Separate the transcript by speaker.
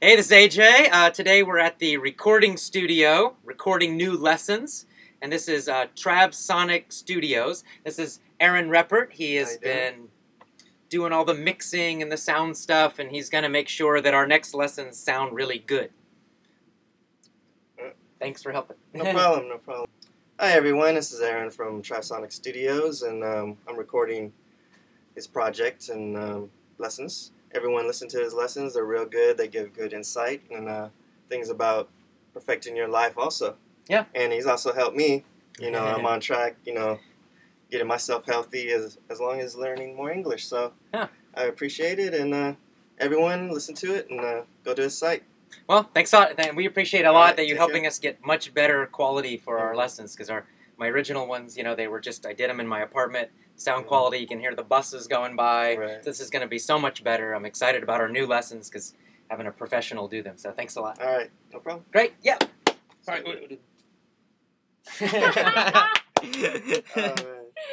Speaker 1: Hey, this is AJ. Uh, today we're at the recording studio, recording new lessons, and this is uh, Trab Sonic Studios. This is Aaron Reppert. He has
Speaker 2: you doing?
Speaker 1: been doing all the mixing and the sound stuff, and he's going to make sure that our next lessons sound really good.
Speaker 2: Uh.
Speaker 1: Thanks for helping.
Speaker 2: No problem, no problem. Hi everyone, this is Aaron from Trisonic Studios, and um, I'm recording his project and um, lessons. Everyone listen to his lessons; they're real good. They give good insight and uh, things about perfecting your life, also.
Speaker 1: Yeah.
Speaker 2: And he's also helped me. You know, I'm on track. You know, getting myself healthy as as long as learning more English. So
Speaker 1: Yeah.
Speaker 2: I appreciate it, and uh, everyone listen to it and uh, go to his site.
Speaker 1: Well, thanks a lot. Th- We appreciate a
Speaker 2: All
Speaker 1: lot
Speaker 2: right,
Speaker 1: that you're
Speaker 2: take
Speaker 1: helping us get much better quality for our
Speaker 2: Mhm.
Speaker 1: lessons because our my original ones, you know, they were just I did them in my apartment. Sound
Speaker 2: Mhm.
Speaker 1: quality, you can hear the buses going by.
Speaker 2: Right.
Speaker 1: This is going to be so much better. I'm excited about our new lessons because having a professional do them. So thanks a lot.
Speaker 2: All right, no problem.
Speaker 1: Great. Yep.
Speaker 3: Sorry. wait, wait,
Speaker 1: yeah.
Speaker 2: Uh,